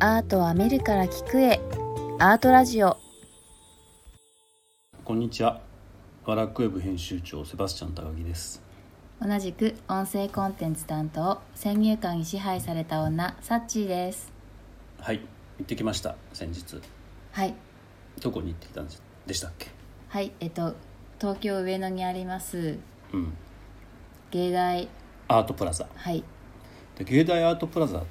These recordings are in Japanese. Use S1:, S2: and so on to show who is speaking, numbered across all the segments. S1: アートは見るから聞くへアートラジオ
S2: こんにちは。ワラックウェブ編集長セバスチャン高木です。
S1: 同じく音声コンテンツ担当先入観に支配された女サッチーです
S2: はい、行ってきました。先日
S1: はい
S2: どこに行ってきたんですでしたっけ？
S1: はいえっと東京上野にあります
S2: うん。
S1: 芸大
S2: アートプラザ。
S1: はい
S2: で、芸大アートプラザっ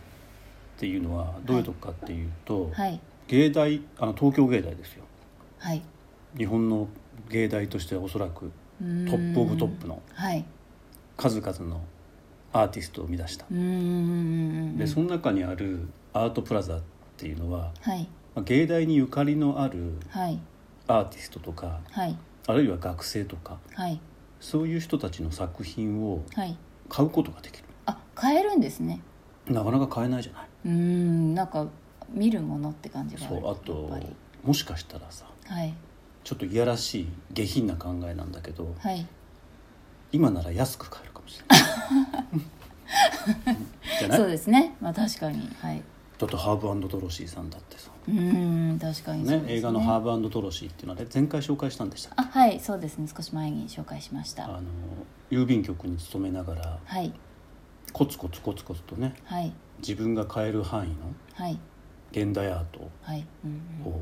S2: ていうのはどういうとこかっていうと、
S1: はい
S2: 芸大あの東京芸大ですよ。
S1: はい
S2: 日本の芸大としてはおそら
S1: ト
S2: くトップオブトップの
S1: はい
S2: 数々のアーティストを生み出した
S1: う。ーん
S2: で、その中にあるアートプラザっていうのは、
S1: はい
S2: まあ芸大にゆかりのある
S1: はい
S2: アーティストとか、
S1: はい
S2: あるいは学生とか。
S1: はい
S2: そういう人たちの作品を
S1: はい
S2: 買うことができる
S1: あ変えるんですね
S2: なかなか買えないじゃないう
S1: ーんなんか見るものって感じがあ
S2: そ
S1: る
S2: うあ
S1: やっ
S2: と
S1: ぱり
S2: もしかしたらさ
S1: はい
S2: ちょっといやらしい下品な考えなんだ けど
S1: はい
S2: 今なら安く買えるかもしれない じゃない
S1: そうですねまあ確かにはい
S2: だってハーブドロシーさんだってさ、
S1: うーん確かにそうで
S2: ね
S1: すね
S2: 映画の「ハーブドロシー」っていうのはね前回紹介したんでしたっけ
S1: あはいそうですね少し前に紹介しまし
S2: あ
S1: た
S2: の郵便局に勤めながら
S1: はい
S2: コツコツコツコツとね
S1: はい
S2: 自分が買える範囲の
S1: はい
S2: 現代アート
S1: はいうんうん
S2: を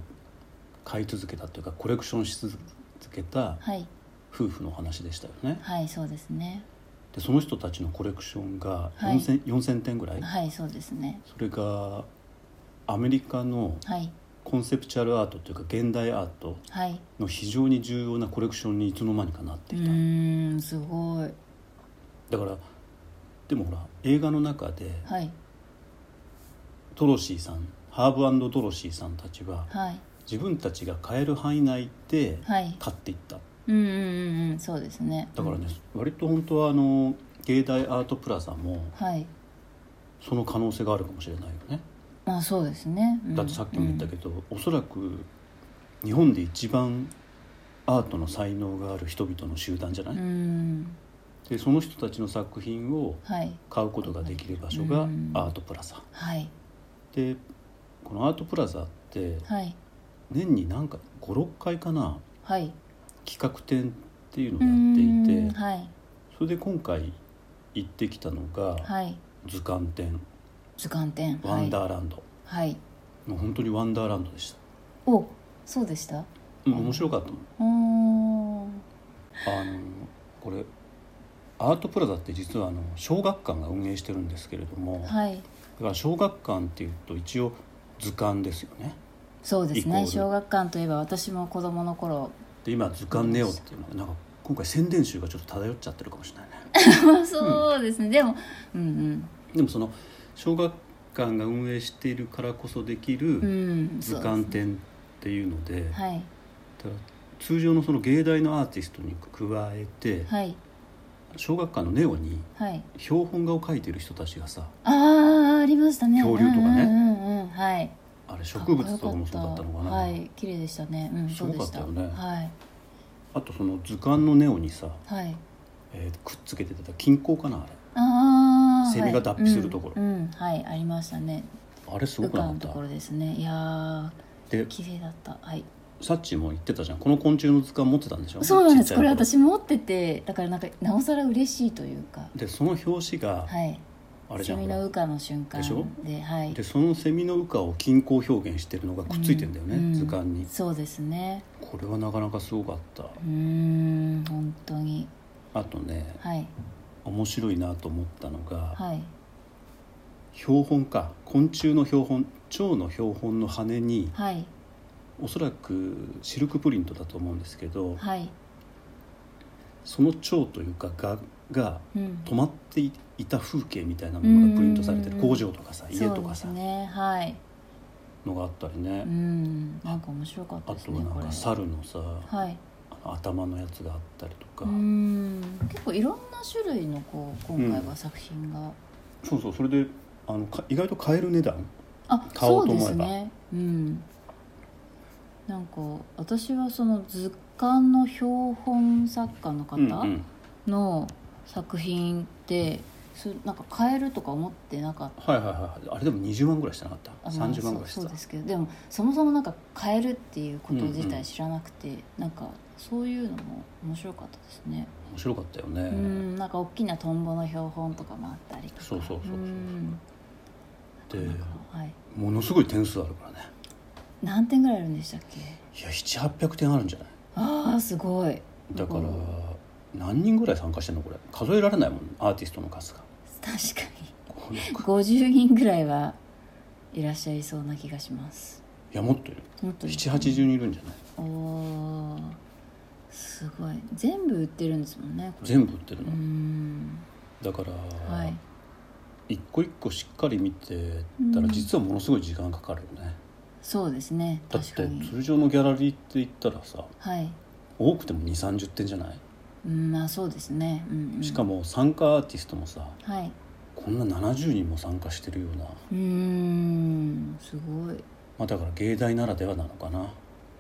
S2: 買い続けたというかコレクションし続けた
S1: はい
S2: 夫婦の話でしたよね
S1: はいそうですね
S2: でその人たちのコレクションが
S1: はい
S2: 4000,、4000点ぐらい
S1: はいそうですね
S2: それがアメリカの
S1: はい
S2: コンセプチュアルアートというか現代アート
S1: はい
S2: の非常に重要なコレクションにいつの間にかなっ
S1: う
S2: ていた、
S1: ーんすごい
S2: だからでもほら映画の中で
S1: はい
S2: トロシーさんハーブドロシーさんたちは
S1: はい
S2: 自分たちが買える範囲内で
S1: はい
S2: 買っていった
S1: うんうんうんうんそうですね
S2: だからね、割と本当はあの芸大アートプラザも
S1: はい
S2: その可能性があるかもしれないよね
S1: まあそうですね、うん
S2: だってさっきも言ったけど、おそらく日本で一番アートの才能がある人々の集団じゃない、
S1: うん、うん
S2: でその人たちの作品を
S1: はい
S2: 買うことができる場所が
S1: うん
S2: アートプラザ、
S1: はい
S2: でこのアートプラザって
S1: はい
S2: 年に何か56回かな
S1: はい
S2: 企画展っていう
S1: うー
S2: のをやって
S1: ん
S2: いて
S1: はい
S2: それで今回行ってきたのが
S1: はい
S2: 図鑑展
S1: 図鑑展
S2: ワン
S1: ー
S2: ダーランド、
S1: はい
S2: もう本当にワンダーランドでした、
S1: おそうでした
S2: うん、面白かったも
S1: うーん
S2: んあのこれアートプラザって実はあの小学館が運営してるんですけれども、だ
S1: はい
S2: から小学館っていうと一応図鑑ですよね
S1: そうです
S2: イコー
S1: ね
S2: ル
S1: 小学館といえば私も子供の頃
S2: で今図鑑ネオっていうのがなんか今回宣伝集がちょっと漂っちゃってるかもしれないね
S1: そうですね、でもうん
S2: でもその小学館が運営しているからこそでき
S1: うんう
S2: る
S1: ん
S2: 図鑑
S1: そうで
S2: 展っていうので,、
S1: すねはい
S2: だから通常のその芸大のアーティストに加えて、
S1: はい
S2: 小学館のネオに
S1: はい
S2: 標本画を描いてる人たちがさ
S1: ああありましたね
S2: 恐竜とかね
S1: うんうんうん、うん、はい
S2: あれ植物とかもそうだったのかな
S1: はい綺麗でしたねうんそうでした
S2: すごかったよね
S1: はい
S2: あとその図鑑のネオにさ、
S1: はい
S2: えーくっつけてた金鉱かなあれ
S1: ああ
S2: セミが脱皮するところ
S1: はいうんうんはいありましたね
S2: あれすご
S1: 部
S2: くな
S1: 下
S2: かっ
S1: のところ
S2: た
S1: ですねいやー
S2: で
S1: 綺麗だったはい
S2: サッチも言ってたじゃんこの昆虫の図鑑持ってたんでしょ
S1: そうなんです
S2: ちっ
S1: こ
S2: ち
S1: れ
S2: ゃい頃
S1: 私持っててだからなんかなおさら嬉しいというか
S2: でその表紙が
S1: はい
S2: あれじ
S1: セ
S2: ゃん、
S1: ミ
S2: ほら
S1: の羽化の瞬間
S2: でしょ
S1: ではい
S2: でそのセミの羽化を金鉱表現してるのがくっついてんだよね、
S1: う
S2: 図鑑に
S1: そうですね
S2: これはなかなかすごかった
S1: うーん本当に
S2: あとね
S1: はい
S2: 面白いなと思ったのが、
S1: はい
S2: 標本か昆虫の標本蝶の標本の羽に
S1: はい
S2: おそらくシルクプリントだと思うんですけど、
S1: はい
S2: その蝶というかがが
S1: うん
S2: 止まっていた風景みたいなものがプリントされてる
S1: うんうんうん
S2: 工場とかさ家とかさ、
S1: そうですねはい
S2: のがあったりね
S1: う、んなんか面白かっ
S2: あ
S1: たです
S2: と
S1: ね
S2: は
S1: こ
S2: なん
S1: れ
S2: か猿のさ、
S1: はい
S2: あの頭のやつがあったりと
S1: う
S2: か、
S1: ーん結構いろんな種類のこう今回は作品が、
S2: そうそうそれであのか意外と買える値段
S1: あ
S2: 買おうと
S1: そう
S2: 思えば
S1: ですねうんなんか私はその図鑑の標本作家の
S2: うんう
S1: 方
S2: ん
S1: の作品ってすなんか買えるとか思ってなかった
S2: はいはいはいあれでも20万ぐらいしてなかった
S1: あまあ
S2: 30万ぐらいし
S1: そうそ
S2: てた
S1: うですけどでもそもそもなんか変えるっていうこと自
S2: うんうん
S1: 体知らなくて、なんかそういうのも面白かったですね、
S2: 面白かったよね、
S1: うんなんか大きなトンボの標本とかもあったりとか
S2: そうそうそうそうんで
S1: なんかはい、
S2: ものすごい点数あるからね
S1: 何点ぐらいあるんでしたっけ
S2: いや700800点あるんじゃない
S1: ああすごい
S2: だから
S1: うん
S2: 何人ぐらい参加してんのこれ数えられないもんアーティストの 数が
S1: 確かに
S2: このい
S1: 50人ぐらいはいらっしゃいそうな気がします
S2: やもっといる
S1: もっといる
S2: 780人いるんじゃない
S1: おーすごい全部売ってるんですもんねこれ
S2: 全部売ってる
S1: う
S2: の、
S1: ん
S2: だから、
S1: はい
S2: 一個一個しっかり見てたら
S1: うん
S2: 実はものすごい時間かかるよね、
S1: そうですね
S2: だっ
S1: 確か
S2: て
S1: に
S2: 通常のギャラリーって言ったらさ
S1: はい
S2: 多くても2 3 0点じゃない
S1: うんまあそうですね、うんうん、
S2: しかも参加アーティストもさ
S1: はい
S2: こんな70人も参加してるような、
S1: うーんすごい、
S2: まあ、だから芸大ならではなのかな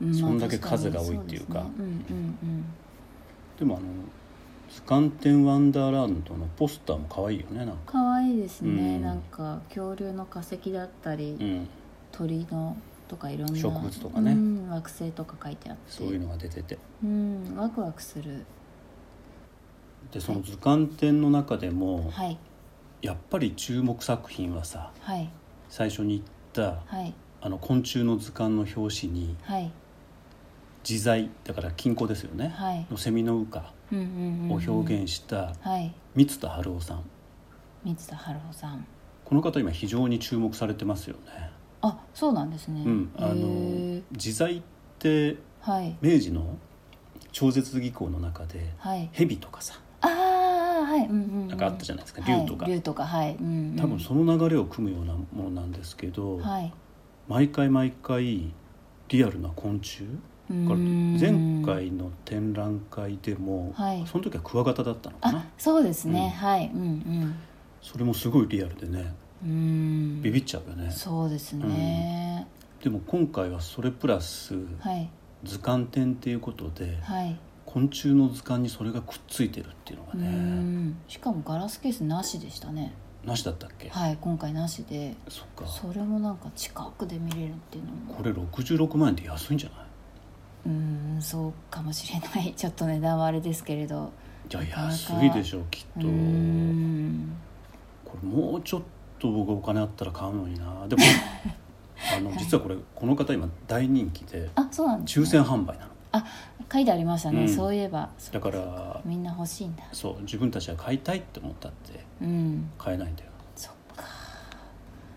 S1: う
S2: そんだけ
S1: 確に
S2: 数が多いっていうか
S1: そうですねうんうん
S2: でもあの「スカンテン・ワンダーランド」のポスターも可愛いよねなん
S1: うん
S2: か
S1: 可愛いですね、
S2: うん
S1: なんか恐竜の化石だったり、
S2: うん
S1: 鳥のとかいろんな
S2: 植物とかね
S1: うん、惑星とか書いてあって
S2: そういうのが出てて
S1: うんワクワクする
S2: でその図鑑展の中でも
S1: はい
S2: やっぱり注目作品はさ
S1: はい
S2: 最初に言った
S1: はい
S2: あの昆虫の図鑑の表紙に
S1: はい
S2: 自在だから金庫ですよね、
S1: はい
S2: のセミの羽化
S1: うんうんうん
S2: を
S1: うん
S2: 表現した
S1: はい
S2: 三田春夫さん
S1: 三田春夫さん
S2: この方今非常に注目されてますよね、
S1: あそうなんですね
S2: うん、
S1: へ
S2: あの
S1: え
S2: 自在って
S1: はい
S2: 明治の超絶技巧の中で
S1: はい
S2: 蛇とかさ
S1: ああはいうんうん、うん、
S2: なんかあったじゃないですか
S1: はい
S2: 竜とか、
S1: 竜とかはい、うんうん
S2: 多分その流れを組むようなものなんですけど、
S1: はい
S2: 毎回毎回リアルな昆虫
S1: う
S2: だから
S1: ーん
S2: 前回の展覧会でも、
S1: はい
S2: その時はクワガタだったのか
S1: あ
S2: な
S1: そうですね、
S2: う
S1: はいうん
S2: それもすごいリアルでね
S1: うんうーん
S2: ビビっちゃうよね、
S1: そうですね、
S2: でも今回はそれプラス
S1: はい
S2: 図鑑展っていうことで
S1: はい、
S2: 昆虫の図鑑にそれがくっついてるっていうのが
S1: うー
S2: ね
S1: んしかもガラスケースなしでしたね
S2: なしだったっけ
S1: はい今回なしで
S2: そっか
S1: それもなんか近くで見れるっていうのも
S2: これ66万円で安いんじゃないう
S1: ーんそうかもしれない ちょっと値段はあれですけれど
S2: じゃ
S1: なか
S2: あ
S1: な
S2: 安
S1: か
S2: いでしょうきっ
S1: う
S2: と
S1: ーん
S2: これもうちょっと僕お金あったら買うのになでもあの実はこれこの方今大人気で
S1: あそうなんです、
S2: 抽
S1: ね、
S2: 選販売なの
S1: 書いてありましたね、
S2: うん
S1: そういえば
S2: だから
S1: みんな欲しいんだ
S2: そう自分たちが買いたいって思ったって
S1: うん
S2: 買えないんだよ
S1: そっか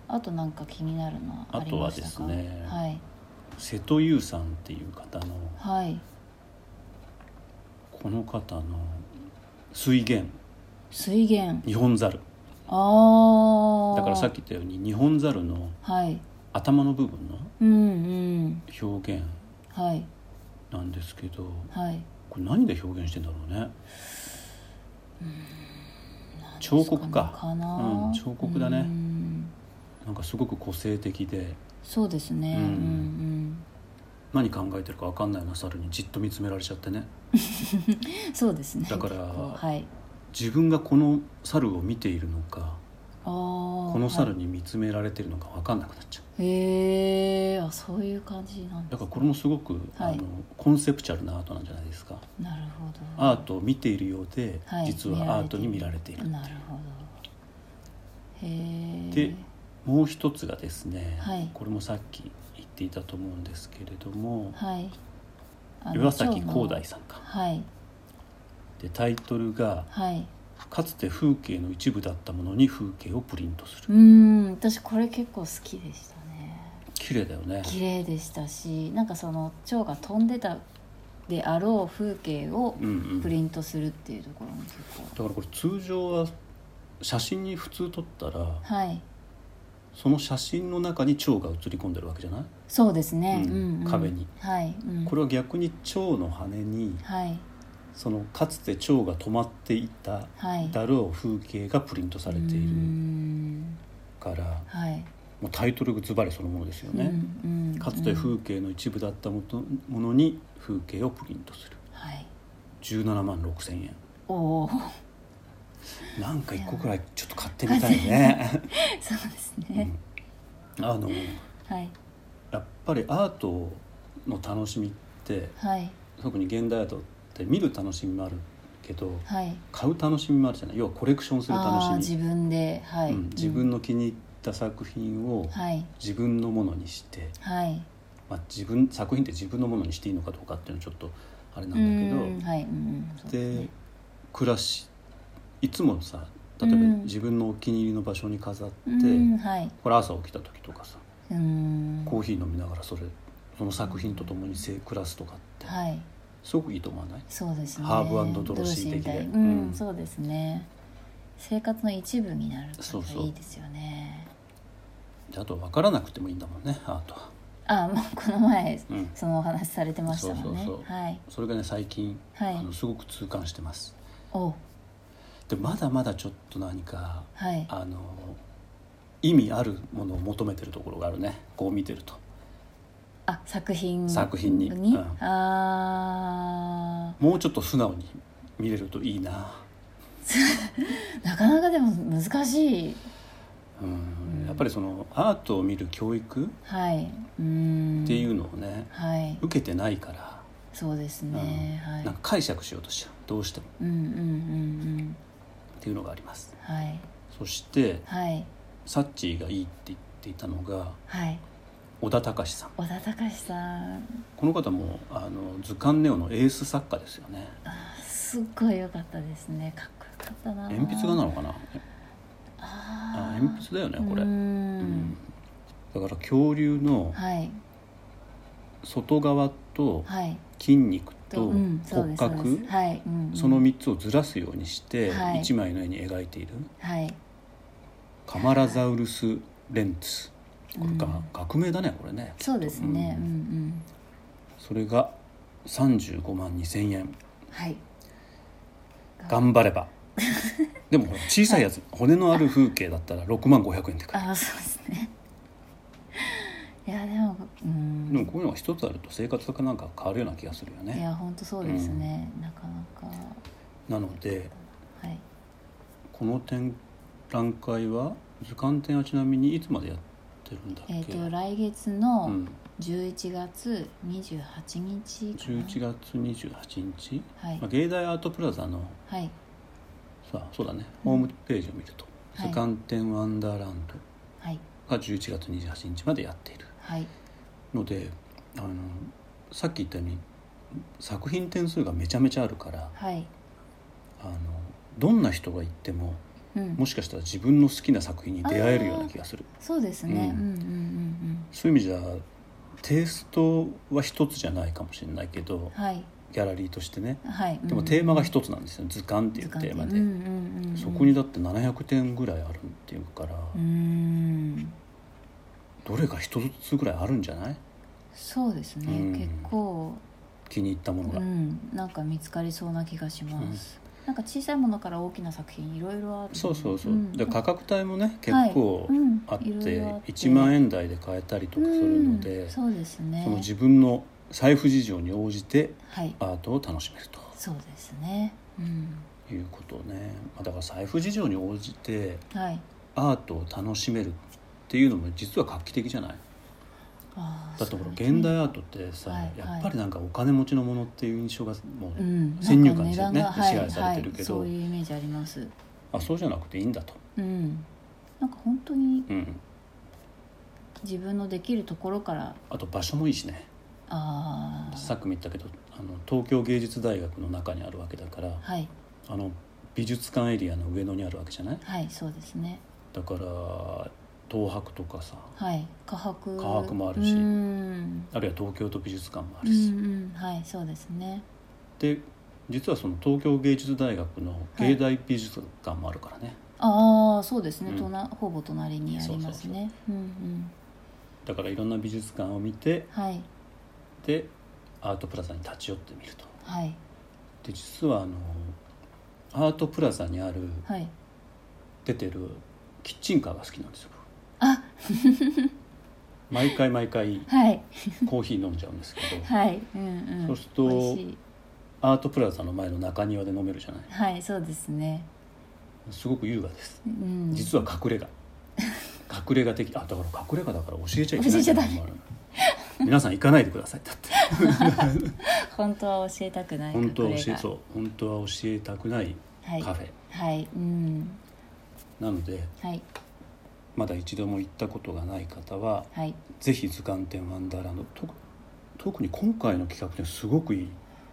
S1: あとなんか気になるのはありましたか
S2: あとはですね
S1: はい
S2: 瀬戸優さんっていう方の
S1: はい
S2: この方の水源
S1: 水源
S2: 日本ザル
S1: ああ
S2: だからさっき言ったように日本ザルの
S1: はい
S2: 頭の部分の
S1: うんうん
S2: 表現
S1: はい
S2: なんですけど
S1: はい
S2: これ何で表現してんだろうね
S1: なんです
S2: 彫刻か
S1: ねかな、
S2: うん彫刻だね
S1: うん
S2: なんかすごく個性的で
S1: そうですね、う、
S2: うん
S1: うん
S2: ん
S1: うん
S2: 何考えてるか分かんないような猿にじっと見つめられちゃってね
S1: そうですね
S2: だから
S1: 結構はい
S2: 自分がこの猿を見ているのか
S1: あこ
S2: この猿に見つめられてるのか分かんなくなっちゃ
S1: へえあそういう感じなん
S2: う
S1: だ
S2: だからこれもすごく、
S1: はい
S2: あのコンセプチャルなアートなんじゃないですか
S1: なるほど
S2: アートを見ているようで、
S1: はい
S2: 実はアートに見られている
S1: なるほどへえ
S2: でもう一つがですね、
S1: はい
S2: これもさっき言っていたと思うんですけれども
S1: はいあの
S2: 岩崎
S1: 蝶の
S2: 光大さんか
S1: はい
S2: でタイトルが
S1: はい
S2: 「かつて風景の一部だったものに風景をプリントす
S1: う
S2: る
S1: ん私これ結構好きでしたね」
S2: 綺麗だよね
S1: 綺麗でしたしなんかその蝶が飛んでたであろう風景を
S2: うんうん
S1: プ
S2: だか
S1: リントするっていうところも結構、
S2: らこれ通常は写真に普通撮ったら
S1: はい
S2: その写真の中に蝶が写り込んでるわけじゃない
S1: そうですね、う
S2: うんん
S1: うん
S2: 壁に
S1: はい、うん、
S2: これは逆に蝶の羽に
S1: はい
S2: そのかつて蝶が止まっていた
S1: はい
S2: だろう風景がプリントされていう
S1: ー
S2: る
S1: ん
S2: から
S1: はい
S2: もうタイトルがズバリそのものですよね、
S1: うんうん、
S2: かつ
S1: う
S2: て
S1: ん
S2: 風景の一部だったもとものに風景をプリントする
S1: はい
S2: 17万6千円
S1: おお
S2: なんか一個くらいちょっと買ってみたいね。
S1: そうです
S2: う
S1: ね
S2: ん、あの
S1: はい
S2: やっぱりアートの楽しみって
S1: はい
S2: 特に現代アートって見る楽しみもあるけど
S1: はい
S2: 買う楽しみもあるじゃない要はコレクションする楽
S1: ああー
S2: し
S1: 自分では
S2: み、
S1: い、
S2: うん自分の気に入った作品を
S1: はい
S2: 自分のものにして、
S1: はい
S2: まあ、自分作品って自分のものにしていいのかどうかっていうのはちょっとあれな
S1: うんん
S2: だ
S1: はい、うんうんそう
S2: けど
S1: す
S2: で
S1: ね
S2: 暮らしいつもさ例え
S1: う
S2: ば
S1: ん
S2: 自分のお気に入りの場所に飾って、
S1: うんはい
S2: これ朝起きた時とかさ
S1: うん
S2: コーヒー飲みながらそれその作品とともに生暮らすとかって
S1: はい
S2: すごくいいと思わない
S1: そうですね
S2: ハーブドロシー的で
S1: ドロみたい
S2: うん
S1: うん、そうですね生活の一部になる
S2: そ
S1: の
S2: う
S1: が
S2: そう
S1: いいですよね
S2: であと分からなくてもいいんだもんねアートは、
S1: あもうこの前
S2: うん、
S1: そのお話しされてましたもんね
S2: そうそうそう
S1: はい
S2: それがね最近、
S1: はい
S2: あのすごく痛感してます
S1: お
S2: でまだまだちょっと何か
S1: はい
S2: あの意味あるものを求めてるところがあるねこう見てると
S1: あ作品
S2: 作品に
S1: に、
S2: うん
S1: あ
S2: もうちょっと素直に見れるといいな、
S1: ーなかなかでも難しい
S2: うんやっぱりそのアートを見る教育
S1: はいうーん
S2: っていううのをね、
S1: はい
S2: 受けてないから、
S1: そうです
S2: うん
S1: ね、はい
S2: なんか解釈しようとしちゃうどうしても
S1: うんうんうんうん
S2: っていうのがあります
S1: はい
S2: そして
S1: はい
S2: サッチーがいいって言っていたのが
S1: はい
S2: 小田隆さん
S1: 小田隆さん
S2: この方もあの図鑑ネオのエース作家ですよね
S1: すっごい良かったですねかっこよかったな
S2: 鉛筆画なのかな
S1: あ
S2: あ
S1: ー
S2: 鉛筆だよねこれ
S1: うーん
S2: うんだから恐竜の
S1: はい
S2: 外側と
S1: はい
S2: 筋肉
S1: と
S2: と
S1: うんそう
S2: 骨
S1: ですそう
S2: 格
S1: ですはい、うんうん
S2: その3つをずらすようにして
S1: はい
S2: 1枚の絵に描いている
S1: はい
S2: カマラザウルスレンツこれが
S1: うん
S2: 革命だねこれね
S1: そうですね
S2: う
S1: うんんうん
S2: それが35万2000円
S1: はい
S2: 頑張 ればでもほら小さいやつ骨のある風景だったら6万500円で買える
S1: あそうですね いやでもうん
S2: でもこういうのが一つあると生活がなんか変わるような気がするよ
S1: い
S2: ね
S1: や本当そうですね、なかなか
S2: なので
S1: はい
S2: この展覧会は図鑑展はちなみにいつまでやってるんだっけ、
S1: えっ、と来月
S2: う
S1: の
S2: ん、
S1: 11月28日かな、
S2: 11月28日、
S1: はい
S2: まあ、芸大アートプラザの
S1: はい
S2: さそうだね
S1: うん
S2: ホームページを見ると「
S1: はい
S2: 図鑑展ワンダーランド
S1: はい」
S2: が11月28日までやっている
S1: はい
S2: のであのさっき言ったように作品点数がめちゃめちゃあるから
S1: はい
S2: あのどんな人が行っても
S1: うん
S2: もしかしたら自分の好きな作品に出会えるような気がする
S1: そうですね、
S2: う
S1: うんん、うんうんうん
S2: そういう意味じゃテイストは一つじゃないかもしれないけど
S1: はい
S2: ギャラリーとしてね
S1: はい
S2: でも
S1: うん
S2: テーマが一つなんですよ図鑑っていう
S1: 図鑑
S2: テーマ
S1: う
S2: で
S1: んうんうんうん
S2: そこにだって700点ぐらいあるっていうから
S1: うーん
S2: どれか一つぐらいあるんじゃない
S1: そうですね、
S2: うん
S1: 結構
S2: 気に入ったもの
S1: う
S2: が。
S1: んなんか見つかりそうな気がします、なんか小さいものから大きな作品いろいろある
S2: そうそうそう、
S1: ん
S2: で価格帯もね結構
S1: はいうん
S2: あって、
S1: いろいろあって
S2: 1万円台で買えたりとかするので、
S1: うん
S2: そ
S1: そうですね
S2: の自分の財布事情に応じて
S1: はい
S2: アートを楽しめる
S1: そうですねうん
S2: ということねまあだから財布事情に応じて
S1: はい
S2: アートを楽しめるっていうのも実は画期的じゃない
S1: あー
S2: だってほら
S1: そうですね
S2: 現代アートってさ、
S1: はい
S2: やっぱりなんかお金持ちのものっていう印象がも
S1: う
S2: う、
S1: ん、
S2: 先入観です
S1: な
S2: よ
S1: ん
S2: ね
S1: か値段がはい
S2: 支配されてるけど
S1: はい、そういうイメージあります
S2: あそうじゃなくていいんだと、
S1: うんなんか本当に
S2: うん、
S1: 自分のできるところから
S2: あと場所もいいしね
S1: ああ
S2: さっきも言ったけどあの東京芸術大学の中にあるわけだから
S1: はい
S2: あの美術館エリアの上野にあるわけじゃない
S1: はいそうですね
S2: だから東博とかさ
S1: はい科博
S2: 科博もあるし
S1: うん
S2: あるいは東京都美術館もあ
S1: う
S2: る
S1: ん
S2: し、
S1: うんはいそうですね
S2: で実はその東京芸術大学の芸大美術館もあるからね、
S1: ああそうですね、
S2: うん
S1: となほぼ隣にありますねうんうん
S2: だからいろんな美術館を見て
S1: はい
S2: でアートプラザに立ち寄ってみると
S1: はい
S2: で実はあのアートプラザにある
S1: はい
S2: 出てるキッチンカーが好きなんですよ
S1: あ
S2: 毎回毎回
S1: はい
S2: コーヒー飲んじゃうんですけど
S1: はいうんうん
S2: そうすると
S1: 美味しい
S2: アートプラザの前の中庭で飲めるじゃない
S1: はいそうですね
S2: すごく優雅です
S1: うん、
S2: 実は隠れ家隠れ家的あだから隠れ家だから教えちゃいけ
S1: 教
S2: な
S1: え
S2: い
S1: ちゃダメ
S2: っていうのもある皆さん行かないでくださいだって
S1: 本当は教えたくない
S2: 本当は
S1: 隠れ
S2: 教
S1: 家
S2: えそう本当は教えたくない
S1: はい
S2: カフェ、
S1: はいうん
S2: なので
S1: はい
S2: まだ一度も行ったことがない方は
S1: はい
S2: ぜひ図鑑展ワンダーランドと特に今回の企画展すごくいい、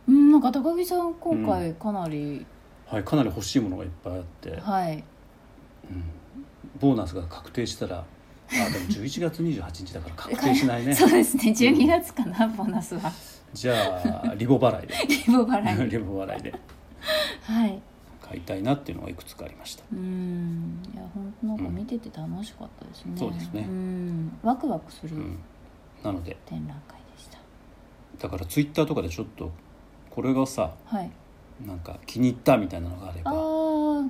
S1: うんなんか高木さん今回かなり、
S2: はい、かなり欲しいものがいっぱいあって、
S1: はい
S2: うん、ボーナスが確定したらあでも11月28日だから確定しない ね
S1: そうですね12月かな、ボーナスは
S2: じゃ あリボ払いで
S1: リボ払い
S2: リボ払いで
S1: はい
S2: 買いたいなっていうのがいくつかありました
S1: うんいや本当なんか見てて楽しかったですね、
S2: うんそうですね
S1: んワクワクする
S2: うんなので
S1: 展覧会でした、
S2: だからツイッターとかでちょっとこれがさ
S1: はい
S2: なんか気に入ったみたいなのがあれ
S1: あ
S2: ば
S1: ー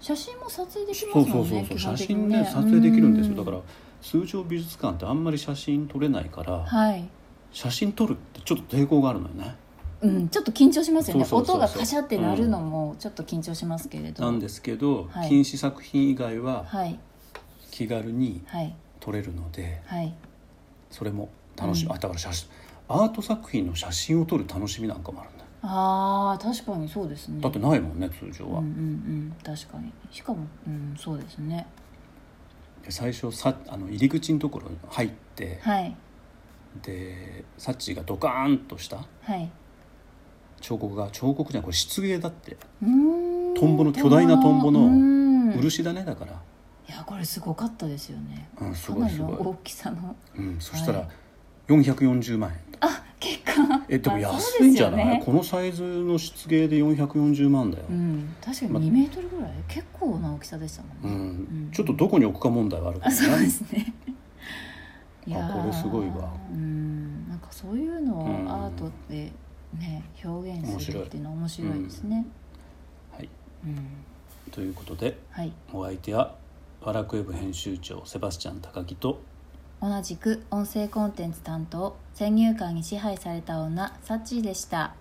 S1: 写真も撮影できます
S2: そ
S1: もん
S2: う
S1: ね
S2: そうそうそう
S1: 基
S2: 写
S1: 本的に
S2: 真ね撮影できるんですよだか
S1: う
S2: ら通常美術館ってあんまり写真撮れないから
S1: はい
S2: 写真撮るってちょっと抵抗があるのよね
S1: うん、ちょっと緊張しますよね
S2: そうそうそうそう
S1: 音がカシャって鳴るのもちょっと緊張しますけれど、
S2: なんですけど
S1: はい
S2: 禁止作品以外は
S1: はい
S2: 気軽に
S1: はい
S2: 撮れるので
S1: はい
S2: それも楽し
S1: う
S2: み
S1: ん
S2: あだから写真アート作品の写真を撮る楽しみなんかもあるんだ
S1: あー確かにそうですね
S2: だってないもんね通常
S1: うんう
S2: は
S1: んうん確かにしかもうんそうですね
S2: で最初さあの入り口のところに入って
S1: はい
S2: でサッチーがドカーンとした
S1: はい
S2: 彫刻が彫刻じゃないこれ漆芸だって
S1: うーん
S2: トンボの巨大なトンボの
S1: うん
S2: 漆だねだから
S1: いやこれすごかったですよね
S2: うんす
S1: か
S2: ご
S1: ないり
S2: す
S1: の
S2: ごい
S1: 大きさの
S2: うん、そした
S1: は
S2: ら440万円
S1: あ結果
S2: えでも
S1: まあ
S2: 安いんじゃない、
S1: そうですよね
S2: このサイズの漆芸で440万だよ、
S1: う
S2: うん
S1: ん確か
S2: まあ
S1: に2メートルぐらい結構な大きさでしたもんね、うん
S2: ちょっとどこに置くか問題はあるか
S1: あ
S2: ら
S1: そうで
S2: ね
S1: すね い
S2: あ
S1: やー
S2: これすごいわ
S1: うんなんかそういうのを
S2: うん
S1: アートでね表現するっていうのは面白いですね
S2: はい、
S1: うん、
S2: ということで
S1: はい
S2: お相手はワラクウェブ編集長セバスチャン高木と
S1: 同じく音声コンテンツ担当先入観に支配された女サッチーでした